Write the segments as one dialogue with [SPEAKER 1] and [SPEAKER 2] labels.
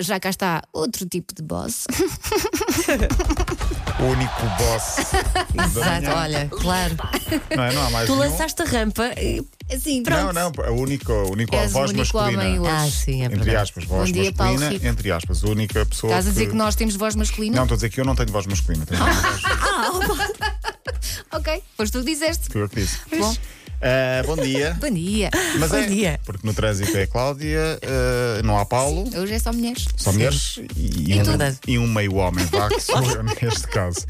[SPEAKER 1] Já cá está outro tipo de boss.
[SPEAKER 2] O único boss.
[SPEAKER 3] Exato, olha, claro.
[SPEAKER 2] Não, é? não há mais
[SPEAKER 3] Tu
[SPEAKER 2] nenhum.
[SPEAKER 3] lançaste a rampa. e-
[SPEAKER 1] Assim,
[SPEAKER 2] Não, não, é o único, o único
[SPEAKER 1] És o
[SPEAKER 2] voz
[SPEAKER 1] único
[SPEAKER 2] masculina.
[SPEAKER 1] homem hoje.
[SPEAKER 3] Ah, sim, é
[SPEAKER 2] entre
[SPEAKER 3] verdade.
[SPEAKER 2] aspas, voz
[SPEAKER 1] Bom dia, Paulo
[SPEAKER 2] masculina,
[SPEAKER 1] Rico.
[SPEAKER 2] entre aspas, a única pessoa.
[SPEAKER 1] Estás a dizer que nós temos voz masculina?
[SPEAKER 2] Não, estou a dizer que eu não tenho voz masculina, tenho voz
[SPEAKER 1] Ok, pois tu disseste.
[SPEAKER 2] que eu que disse.
[SPEAKER 1] Bom.
[SPEAKER 2] Ah, bom dia.
[SPEAKER 1] Bom dia.
[SPEAKER 2] Mas
[SPEAKER 3] Bom
[SPEAKER 2] é,
[SPEAKER 3] dia.
[SPEAKER 2] Porque no trânsito é a Cláudia, ah, não há Paulo,
[SPEAKER 1] Hoje é só mulheres.
[SPEAKER 2] só mulheres e,
[SPEAKER 1] E
[SPEAKER 2] um,
[SPEAKER 1] tu?
[SPEAKER 2] e um meio homem, vá, que sou eu neste caso.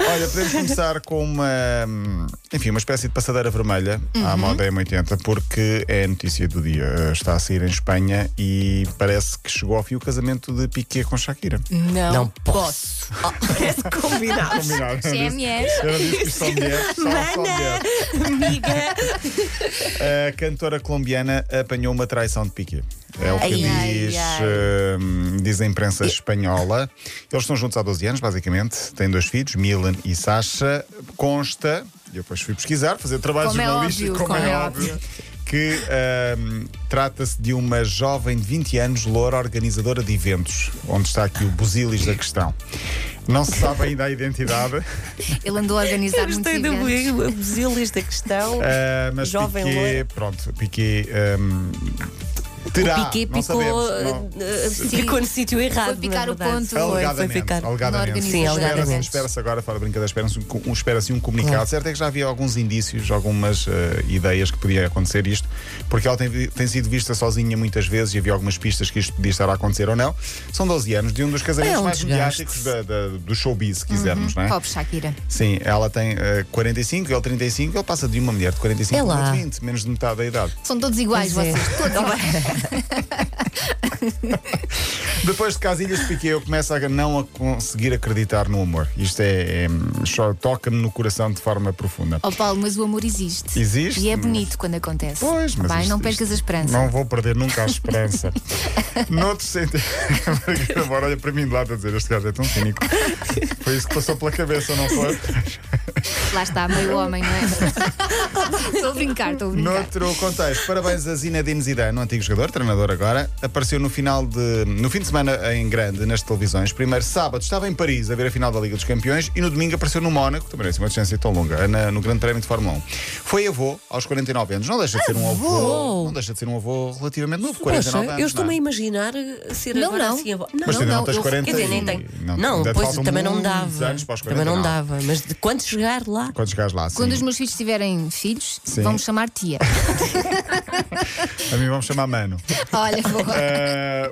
[SPEAKER 2] Olha, podemos começar com uma, hum, enfim, uma espécie de passadeira vermelha à moda M80, porque é a notícia do dia. Ah, Está a sair em Espanha e parece que chegou ao fim o casamento de Piqué com Shakira.
[SPEAKER 1] Não,
[SPEAKER 3] Não posso.
[SPEAKER 1] Oh,
[SPEAKER 3] Parece combinado.
[SPEAKER 2] Combinado.
[SPEAKER 1] Se é mulher.
[SPEAKER 2] Eu não disse que só mulheres, só, só mulheres.
[SPEAKER 3] Amiga.
[SPEAKER 2] A cantora colombiana apanhou uma traição de Piqué. É o que
[SPEAKER 3] Ai,
[SPEAKER 2] diz,
[SPEAKER 1] ai, ai.
[SPEAKER 2] hum, diz a imprensa espanhola. Eles estão juntos há 12 anos, basicamente. Têm dois filhos, Milan e Sasha. Consta, e eu depois fui pesquisar, fazer trabalho
[SPEAKER 1] Como é
[SPEAKER 2] jornalístico,
[SPEAKER 1] óbvio,
[SPEAKER 2] como,
[SPEAKER 1] como
[SPEAKER 2] é,
[SPEAKER 1] é
[SPEAKER 2] óbvio. Que hum, trata-se de uma jovem de 20 anos, loura, organizadora de eventos, onde está aqui o busilis da questão. Não se sabe ainda a identidade.
[SPEAKER 1] Ele andou a organizar
[SPEAKER 3] Eu
[SPEAKER 1] muitos
[SPEAKER 3] gostei do
[SPEAKER 1] eventos.
[SPEAKER 3] busilis da questão.
[SPEAKER 2] Uh, mas
[SPEAKER 3] Jovem
[SPEAKER 2] Piqué,
[SPEAKER 3] loira.
[SPEAKER 2] pronto, Piqué um, terá,
[SPEAKER 3] Piqué
[SPEAKER 2] ah, não
[SPEAKER 3] picou,
[SPEAKER 2] sabemos,
[SPEAKER 3] eh,
[SPEAKER 2] não.
[SPEAKER 3] eh,
[SPEAKER 1] Sim.
[SPEAKER 3] picou no sítio errado.
[SPEAKER 1] Foi picar
[SPEAKER 3] na
[SPEAKER 1] o
[SPEAKER 3] verdade.
[SPEAKER 1] ponto.
[SPEAKER 3] Foi, Foi
[SPEAKER 2] Alegadamente,
[SPEAKER 3] picar.
[SPEAKER 2] alegadamente.
[SPEAKER 1] Sim,
[SPEAKER 2] Espera-se-
[SPEAKER 3] alegadamente.
[SPEAKER 2] Espera-se agora, fora de brincadeira, espera-se um, um- espera-se um comunicado. Certo é que já havia alguns indícios, algumas eh, ideias que podia acontecer isto, porque ela tem, vi- tem sido vista sozinha muitas vezes e havia algumas pistas que isto podia estar a acontecer ou não. São 12 anos de um dos casamentos
[SPEAKER 3] É um
[SPEAKER 2] mais
[SPEAKER 3] desgaste. Uhum.
[SPEAKER 2] mediáticos da- da- do showbiz, se quisermos, não é?
[SPEAKER 1] Pobre Shakira.
[SPEAKER 2] Sim, ela tem eh, 45, ele 35, ele passa de uma mulher de 45
[SPEAKER 3] É
[SPEAKER 2] para uma
[SPEAKER 3] lá.
[SPEAKER 2] de 20, menos de metade da idade.
[SPEAKER 1] São todos iguais
[SPEAKER 3] Pois é.
[SPEAKER 1] vocês. Todos iguais.
[SPEAKER 2] Depois de Casilhas Piquet, eu começo a não a conseguir acreditar no amor. Isto é. é só toca-me no coração de forma profunda.
[SPEAKER 1] Oh Paulo, mas o amor existe.
[SPEAKER 2] Existe,
[SPEAKER 1] E é
[SPEAKER 2] mas-
[SPEAKER 1] bonito quando acontece.
[SPEAKER 2] Pois, mas.
[SPEAKER 1] Vai,
[SPEAKER 2] isto-
[SPEAKER 1] não percas
[SPEAKER 2] isto-
[SPEAKER 1] a esperança.
[SPEAKER 2] Não vou perder nunca a esperança. Noutro sentido. Agora olha para mim de lado a dizer: este gajo é tão cínico. Foi isso que passou pela cabeça, não foi?
[SPEAKER 1] Lá está, meio homem, não é? Estou a brincar, estou a brincar.
[SPEAKER 2] Noutro contexto, parabéns a Zinedine Zidane, um antigo jogador, treinador agora, apareceu no final de no fim de semana em grande nas televisões. Primeiro sábado estava em Paris a ver a final da Liga dos Campeões e no domingo apareceu no Mónaco, também não é assim uma distância tão longa, na- no Grande Prémio de Fórmula 1. Foi avô aos 49 anos, não deixa de ser um avô,
[SPEAKER 3] Avô!
[SPEAKER 2] não deixa de ser um avô relativamente novo, 49
[SPEAKER 3] Poxa,
[SPEAKER 2] anos.
[SPEAKER 3] eu
[SPEAKER 2] não é?
[SPEAKER 3] estou-me a imaginar ser
[SPEAKER 1] Não,
[SPEAKER 3] agora
[SPEAKER 1] não.
[SPEAKER 3] assim. a vo-
[SPEAKER 2] Mas tu ainda não,
[SPEAKER 1] não,
[SPEAKER 2] tens
[SPEAKER 1] eu-
[SPEAKER 2] 40
[SPEAKER 3] Quer dizer, nem
[SPEAKER 2] e-
[SPEAKER 3] tenho.
[SPEAKER 2] não,
[SPEAKER 3] Não,
[SPEAKER 2] ainda te
[SPEAKER 3] pois
[SPEAKER 2] faltam
[SPEAKER 3] também não
[SPEAKER 2] muitos
[SPEAKER 3] dava.
[SPEAKER 2] anos para os
[SPEAKER 3] Também
[SPEAKER 2] 49.
[SPEAKER 3] não dava. Mas de quanto chegar lá?
[SPEAKER 2] Quando chegares lá, sim.
[SPEAKER 1] Quando os meus filhos tiverem filhos,
[SPEAKER 2] Sim.
[SPEAKER 1] vão-me chamar tia.
[SPEAKER 2] a mim vamos chamar Mano.
[SPEAKER 1] Olha, vou.
[SPEAKER 2] Eh,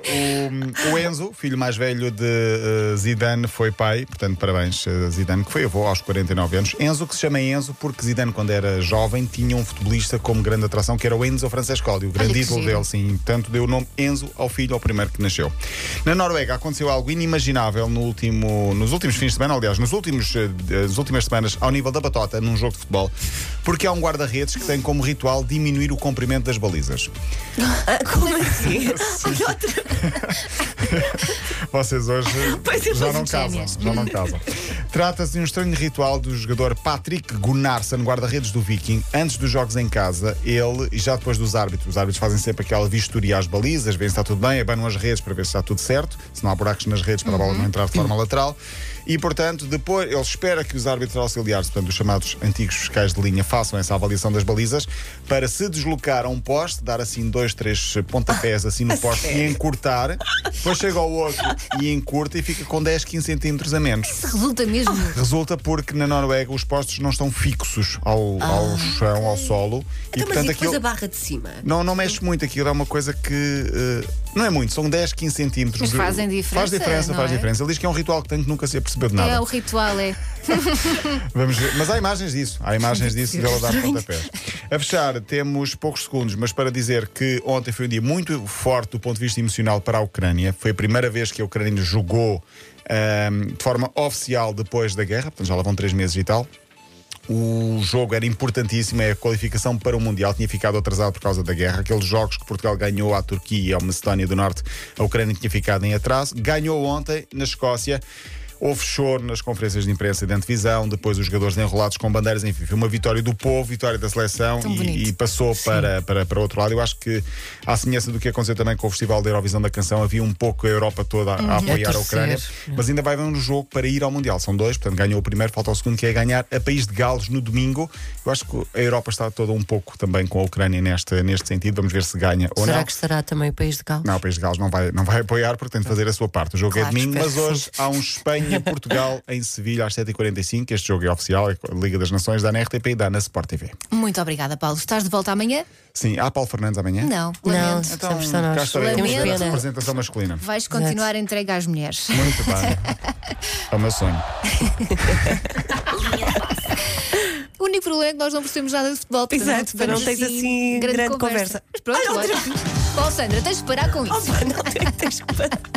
[SPEAKER 2] o, o Enzo, filho mais velho de eh, Zidane, foi pai, portanto, parabéns eh, Zidane, que foi avô aos 49 anos. Enzo, que se chama Enzo, porque Zidane, quando era jovem, tinha um futebolista como grande atração, que era o Enzo Francescoli, o
[SPEAKER 1] Olha
[SPEAKER 2] grande
[SPEAKER 1] que
[SPEAKER 2] ídolo
[SPEAKER 1] giro.
[SPEAKER 2] dele, sim. Tanto deu o nome Enzo ao filho, ao primeiro que nasceu. Na Noruega aconteceu algo inimaginável no último, nos últimos fins de semana, aliás, nos últimos, eh, d- as últimas semanas, ao nível da batota, num jogo de futebol, porque há um guarda-redes que tem como ritual diminuir o comprimento das balizas.
[SPEAKER 3] Ah, como assim? Olha outra
[SPEAKER 2] Vocês hoje
[SPEAKER 3] Pois é,
[SPEAKER 2] já
[SPEAKER 3] vocês
[SPEAKER 2] não casam.
[SPEAKER 1] gênias.
[SPEAKER 2] Já não casam. Trata-se de um estranho ritual do jogador Patrick Gunnarsson, guarda-redes do Viking. Antes dos jogos em casa, ele, e já depois dos árbitros, os árbitros fazem sempre aquela vistoria às balizas, veem se está tudo bem, abanam as redes para ver se está tudo certo, se não há buracos nas redes para a bola não entrar de forma lateral. E, portanto, depois ele espera que os árbitros auxiliares, portanto, os chamados antigos fiscais de linha, façam essa avaliação das balizas para se deslocar a um poste, dar assim dois, três pontapés assim no poste e encurtar. Depois chega ao outro e encurta e fica com 10, 15 centímetros a menos.
[SPEAKER 1] Resulta mesmo.
[SPEAKER 2] Resulta porque na Noruega os postos não estão fixos ao,
[SPEAKER 1] Ah.
[SPEAKER 2] ao chão, ao solo.
[SPEAKER 3] Então, mas e depois a barra de cima?
[SPEAKER 2] Não, não mexe muito aquilo, é uma coisa que. eh, não é muito, são 10, 15 centímetros.
[SPEAKER 1] Mas
[SPEAKER 2] de-
[SPEAKER 1] fazem
[SPEAKER 2] Faz
[SPEAKER 1] diferença,
[SPEAKER 2] diferença,
[SPEAKER 1] não
[SPEAKER 2] faz
[SPEAKER 1] é?
[SPEAKER 2] diferença. Ele diz que é um ritual que tanto nunca se apercebeu de nada.
[SPEAKER 1] É o ritual, é.
[SPEAKER 2] Vamos ver. Mas há imagens disso. Há imagens disso dela dar pontapés. A fechar, temos poucos segundos, mas para dizer que ontem foi um dia muito forte do ponto de vista emocional para a Ucrânia. Foi a primeira vez que a Ucrânia jogou ahm, de forma oficial depois da guerra, portanto já lá vão três meses e tal. O jogo era importantíssimo, é a qualificação para o Mundial, tinha ficado atrasado por causa da guerra. Aqueles jogos que Portugal ganhou à Turquia e à Macedónia do Norte, a Ucrânia tinha ficado em atraso. Ganhou ontem na Escócia. Houve choro nas conferências de imprensa e de antevisão, depois os jogadores enrolados com bandeiras, enfim, foi uma vitória do povo, vitória da seleção
[SPEAKER 1] Tão
[SPEAKER 2] e,
[SPEAKER 1] bonito.
[SPEAKER 2] e passou para, para, para outro lado. Eu acho que, à semelhança do que aconteceu também com o Festival da Eurovisão da Canção, havia um pouco a Europa toda a, a apoiar a
[SPEAKER 3] torcer.
[SPEAKER 2] Ucrânia, mas ainda vai haver um jogo para ir ao Mundial. São dois, portanto, ganhou o primeiro, falta o segundo, que é ganhar a País de Gales no domingo. Eu acho que a Europa está toda um pouco também com a Ucrânia neste, neste sentido. Vamos ver se ganha ou
[SPEAKER 3] Será
[SPEAKER 2] não.
[SPEAKER 3] que estará também o país de Gales?
[SPEAKER 2] Não, o País de Gales não vai, não vai apoiar porque tem de fazer a sua parte. O jogo é
[SPEAKER 3] Claro,
[SPEAKER 2] domingo,
[SPEAKER 3] espero
[SPEAKER 2] mas
[SPEAKER 3] que
[SPEAKER 2] hoje
[SPEAKER 3] sim.
[SPEAKER 2] há um Espanha-Portugal em Sevilha às 7h45. Este jogo é oficial, é com a Liga das Nações, dá na RTP e dá na Sport TV.
[SPEAKER 1] Muito obrigada, Paulo. Estás de volta amanhã?
[SPEAKER 2] Sim, há Paulo Fernandes amanhã?
[SPEAKER 1] Não,
[SPEAKER 3] Não,
[SPEAKER 1] lamento.
[SPEAKER 2] Então,
[SPEAKER 3] estamos só
[SPEAKER 2] cá
[SPEAKER 3] nós.
[SPEAKER 2] estarei a
[SPEAKER 1] Lamento.
[SPEAKER 3] Temos
[SPEAKER 2] fazer a
[SPEAKER 3] pena.
[SPEAKER 2] representação masculina.
[SPEAKER 1] Vais continuar entregue às mulheres.
[SPEAKER 2] Muito bem. É o meu sonho.
[SPEAKER 1] O único problema é que nós não percebemos nada de futebol. portanto,
[SPEAKER 3] Exato, para
[SPEAKER 1] vamos
[SPEAKER 3] não teres assim grande conversa.
[SPEAKER 1] Mas pronto,
[SPEAKER 3] Olha, outra
[SPEAKER 1] olha. Paulo Sandra, Oh, tens de parar com isso.
[SPEAKER 3] Opa, não tem que ter